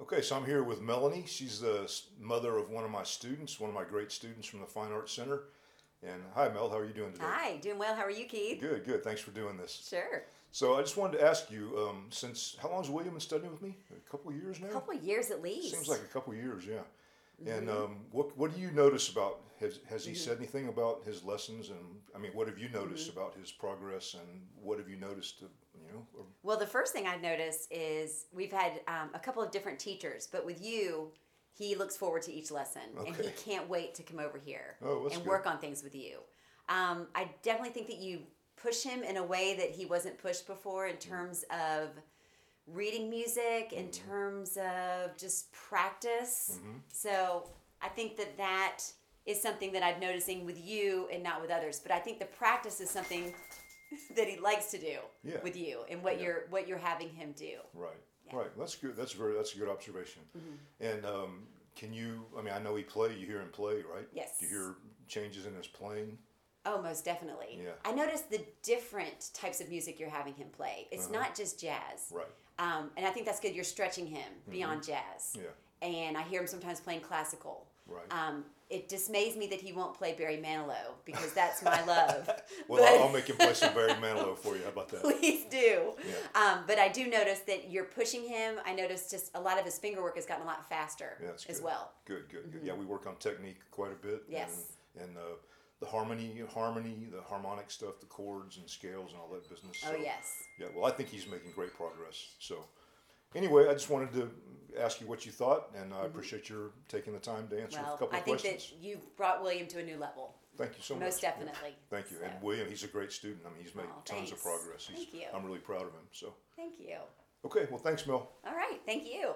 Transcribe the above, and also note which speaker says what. Speaker 1: Okay, so I'm here with Melanie. She's the s- mother of one of my students, one of my great students from the Fine Arts Center. And hi, Mel, how are you doing today?
Speaker 2: Hi, doing well. How are you, Keith?
Speaker 1: Good, good. Thanks for doing this.
Speaker 2: Sure.
Speaker 1: So I just wanted to ask you, um, since how long's William been studying with me? A couple of years now.
Speaker 2: A couple of years Mm-hmm. at least.
Speaker 1: Seems like a couple of years, yeah. And um, what what do you notice about has has
Speaker 2: Mm-hmm.
Speaker 1: he said anything about his lessons and I mean what have you noticed about his progress and what have you noticed uh, you know or-
Speaker 2: Well, the first thing I've noticed is we've had um, a couple of different teachers, but with you, he looks forward to each lesson and he
Speaker 1: Okay.
Speaker 2: can't wait to come over here
Speaker 1: Oh, that's
Speaker 2: and
Speaker 1: good.
Speaker 2: work on things with you. Um, I definitely think that you push him in a way that he wasn't pushed before
Speaker 1: Mm.
Speaker 2: in terms of reading music, in
Speaker 1: Mm-hmm.
Speaker 2: terms of just practice. So I think that that is something that I'm noticing with you and not with others. But I think the practice is something that he likes to do
Speaker 1: Yeah.
Speaker 2: with you and what
Speaker 1: Yeah.
Speaker 2: you're what you're having him do.
Speaker 1: Right, right. That's good. That's very. That's a good observation.
Speaker 2: Mm-hmm.
Speaker 1: And um, can you? I mean, I know he play. You hear him play, right?
Speaker 2: Yes.
Speaker 1: Do you hear changes in his playing?
Speaker 2: Oh, most definitely.
Speaker 1: Yeah.
Speaker 2: I noticed the different types of music you're having him play. It's
Speaker 1: Uh-huh.
Speaker 2: not just jazz.
Speaker 1: Right.
Speaker 2: Um, and I think that's good. You're stretching him beyond jazz.
Speaker 1: Mm-hmm. Yeah.
Speaker 2: And I hear him sometimes playing classical.
Speaker 1: Right.
Speaker 2: Um, it dismays me that he won't play Barry Manilow because that's my love.
Speaker 1: Well, I'll,
Speaker 2: But-
Speaker 1: I'll make him play some Barry Manilow for you. How about that?
Speaker 2: Please do.
Speaker 1: Yeah.
Speaker 2: Um, but I do notice that you're pushing him. I noticed just a lot of his finger work has gotten a lot faster
Speaker 1: Yeah, that's
Speaker 2: as
Speaker 1: good.
Speaker 2: well.
Speaker 1: Good, good, good. Yeah, we work on technique quite a bit.
Speaker 2: Mm-hmm. Yes.
Speaker 1: And, and uh, the harmony, harmony, the harmonic stuff, the chords and scales and all that business.
Speaker 2: Oh,
Speaker 1: So,
Speaker 2: yes.
Speaker 1: Yeah. Well, I think he's making great progress. So, anyway, I just wanted to ask you what you thought, and I appreciate your taking the time to answer a
Speaker 2: Mm-hmm. Well,
Speaker 1: couple
Speaker 2: I
Speaker 1: of
Speaker 2: think
Speaker 1: questions.
Speaker 2: that you've brought William to a new level.
Speaker 1: Thank you so much.
Speaker 2: Most
Speaker 1: Yeah.
Speaker 2: definitely.
Speaker 1: Thank you. And
Speaker 2: So,
Speaker 1: William, he's a great student. I mean, he's made
Speaker 2: Aw,
Speaker 1: tons of
Speaker 2: thanks.
Speaker 1: progress. He's,
Speaker 2: Thank you.
Speaker 1: I'm really proud of him. So,
Speaker 2: Thank you.
Speaker 1: okay. Well, thanks, Mel.
Speaker 2: All right. Thank you.